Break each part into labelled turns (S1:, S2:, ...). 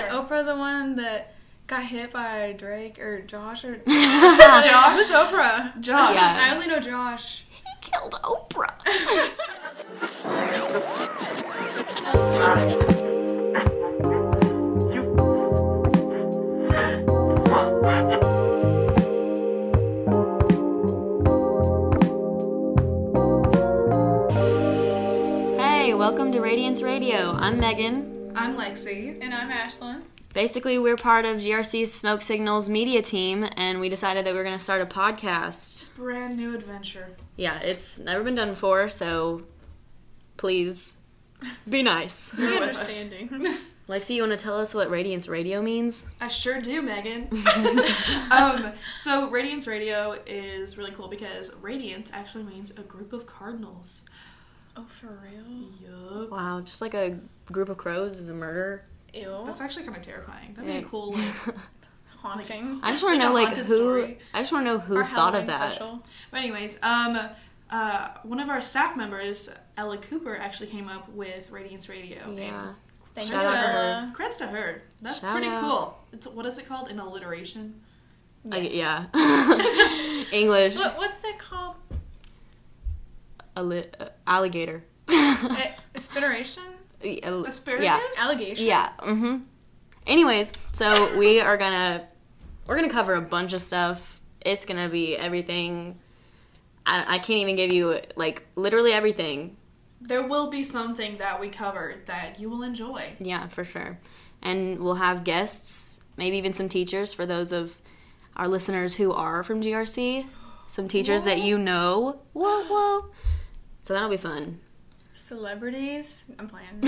S1: Oprah the one that got hit by Drake or Josh or Josh? Josh? It's Oprah. Josh.
S2: Yeah.
S1: I only know Josh.
S2: He killed Oprah. Hey, welcome to Radiance Radio. I'm Megan.
S3: I'm Lexi.
S1: And I'm Ashlyn.
S2: Basically, we're part of GRC's Smoke Signals media team, and we decided that we were going to start a podcast.
S1: Brand new adventure.
S2: Yeah, it's never been done before, so please be nice.
S1: New
S3: with us.
S1: understanding.
S2: Lexi, you want to tell us what Radiance Radio means?
S3: I sure do, Megan. um, so Radiance Radio is really cool because radiance actually means a group of cardinals.
S1: oh, for real?
S3: Yup.
S2: Wow, just like a group of crows is a murder.
S1: Ew.
S3: That's actually kind of terrifying. That'd be
S2: Yeah.
S3: a cool. Like,
S1: Haunting.
S2: I just want to
S3: Like
S2: know
S3: a
S2: like
S3: haunted
S2: who.
S3: story.
S2: I just want to know who
S1: Our
S2: thought
S1: Halloween
S2: of that.
S1: special.
S3: but anyways, um, uh, one of our staff members, Ella Cooper, actually came up with Radiance Radio.
S2: Yeah,
S1: Thank
S2: Shout
S1: you,
S2: out to
S1: Sarah.
S3: And creds to her. That's
S2: Shout
S3: pretty
S2: out.
S3: cool. It's what is it called? An alliteration.
S2: Like,
S1: Yes.
S2: yeah. English
S1: What, what's that called?
S2: alli- uh, alligator.
S1: Uh, Spideration?
S2: The al-
S3: Asparagus.
S2: Yeah.
S1: Allegation?
S2: Yeah. Mm-hmm. Anyways, so we are gonna we're gonna cover a bunch of stuff. It's gonna be everything. I, I can't even give you like literally everything.
S3: There will be something that we cover that you will enjoy.
S2: Yeah, for sure. And we'll have guests, maybe even some teachers for those of our listeners who are from GRC. Some teachers that you know. Whoa, whoa. So that'll be fun.
S1: Celebrities? I'm playing.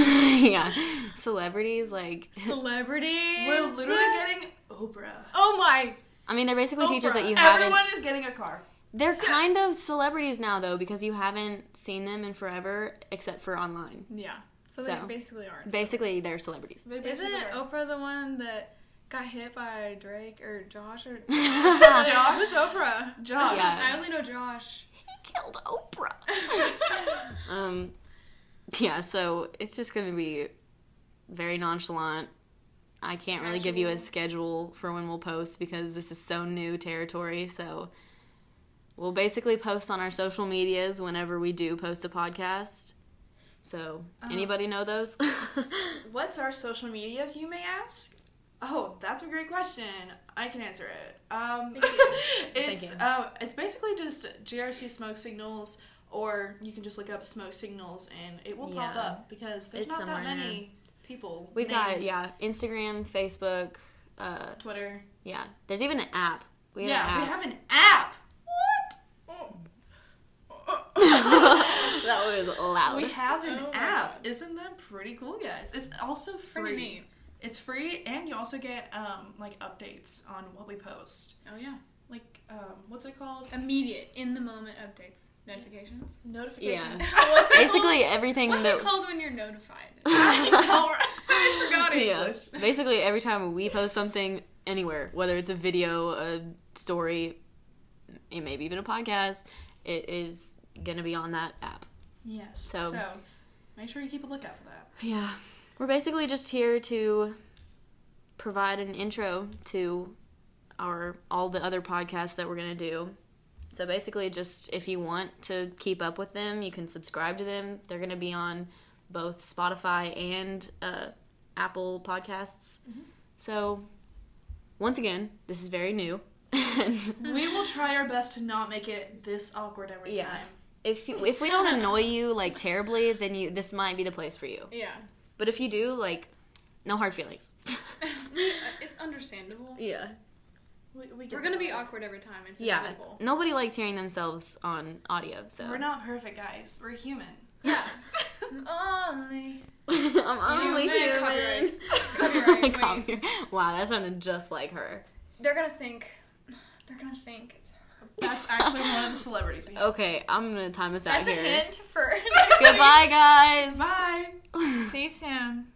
S2: yeah. Celebrities, like,
S1: Celebrities?
S3: We're literally getting Oprah.
S1: Oh my
S2: I mean, they're basically teachers that
S1: Oprah.
S2: you haven't.
S3: Everyone is getting a car.
S2: They're kind of celebrities now, though, because you haven't seen them in forever except for online.
S1: Yeah. So, they
S2: So.
S1: basically are.
S2: Basically, they're celebrities.
S3: They
S1: Isn't
S3: basically are.
S1: Oprah the one that got hit by Drake or Josh or
S2: Josh?
S1: It's Oprah. Josh.
S2: Yeah.
S1: I only know Josh.
S2: He killed Oprah. Um, yeah, so it's just going to be very nonchalant. I can't really give you a schedule for when we'll post because this is so new territory. So we'll basically post on our social medias whenever we do post a podcast. So anybody know those?
S3: What's our social medias, you may ask? Oh, that's a great question. I can answer it. Um, it's
S2: Thank
S3: uh, it's basically just GRC smoke signals, or you can just look up smoke signals and it will pop
S2: Yeah.
S3: up because there's
S2: It's
S3: not
S2: somewhere
S3: that
S2: in
S3: many people.
S2: We've got
S3: named.
S2: yeah, Instagram, Facebook, uh,
S3: Twitter.
S2: yeah. There's even an app. We have
S3: yeah,
S2: an
S3: we
S2: app.
S3: have an app.
S2: that was loud.
S3: We have an
S1: Oh my
S3: app. Isn't that pretty cool, guys? It's also free.
S1: Pretty neat.
S3: It's free, and you also get um, like updates on what we post.
S1: Oh yeah.
S3: Like, um, what's it called?
S1: Immediate, in the moment updates. Notifications.
S3: Notifications.
S1: What's it
S2: basically everything
S1: called? What's
S2: that
S1: it called when you're notified?
S3: I don't- I forgot
S2: yeah.
S3: English.
S2: Basically every time we post something anywhere, whether it's a video, a story, and maybe even a podcast, it is gonna be on that app.
S3: Yes.
S2: So-
S3: So. make sure you keep a lookout for that.
S2: Yeah. We're basically just here to provide an intro to our all the other podcasts that we're going to do. So basically just if you want to keep up with them, you can subscribe to them. They're going to be on both Spotify and uh, Apple Podcasts. So once again, this is very new. and
S3: We will try our best to not make it this awkward every
S2: Yeah.
S3: time.
S2: if you, if we don't annoy you like terribly, then you this might be the place for you.
S1: yeah.
S2: But if you do, like no hard feelings.
S1: uh, It's understandable.
S2: yeah.
S3: We, we get
S1: We're gonna
S3: that.
S1: be awkward every time. It's
S2: Yeah,
S1: inevitable.
S2: nobody likes hearing themselves on audio, so
S3: We're not perfect, guys. We're human.
S1: Yeah. Only
S2: I'm only
S1: Human,
S2: human.
S1: copyright. Copyright, wait.
S2: Copyright. Wow, that sounded just like her.
S1: they're gonna think. They're gonna think it's her.
S3: That's actually one of the celebrities we have.
S2: Okay, I'm gonna time us
S1: That's
S2: out
S1: a
S2: here.
S1: hint for.
S2: Oh. Goodbye, guys.
S3: Bye.
S1: See you soon.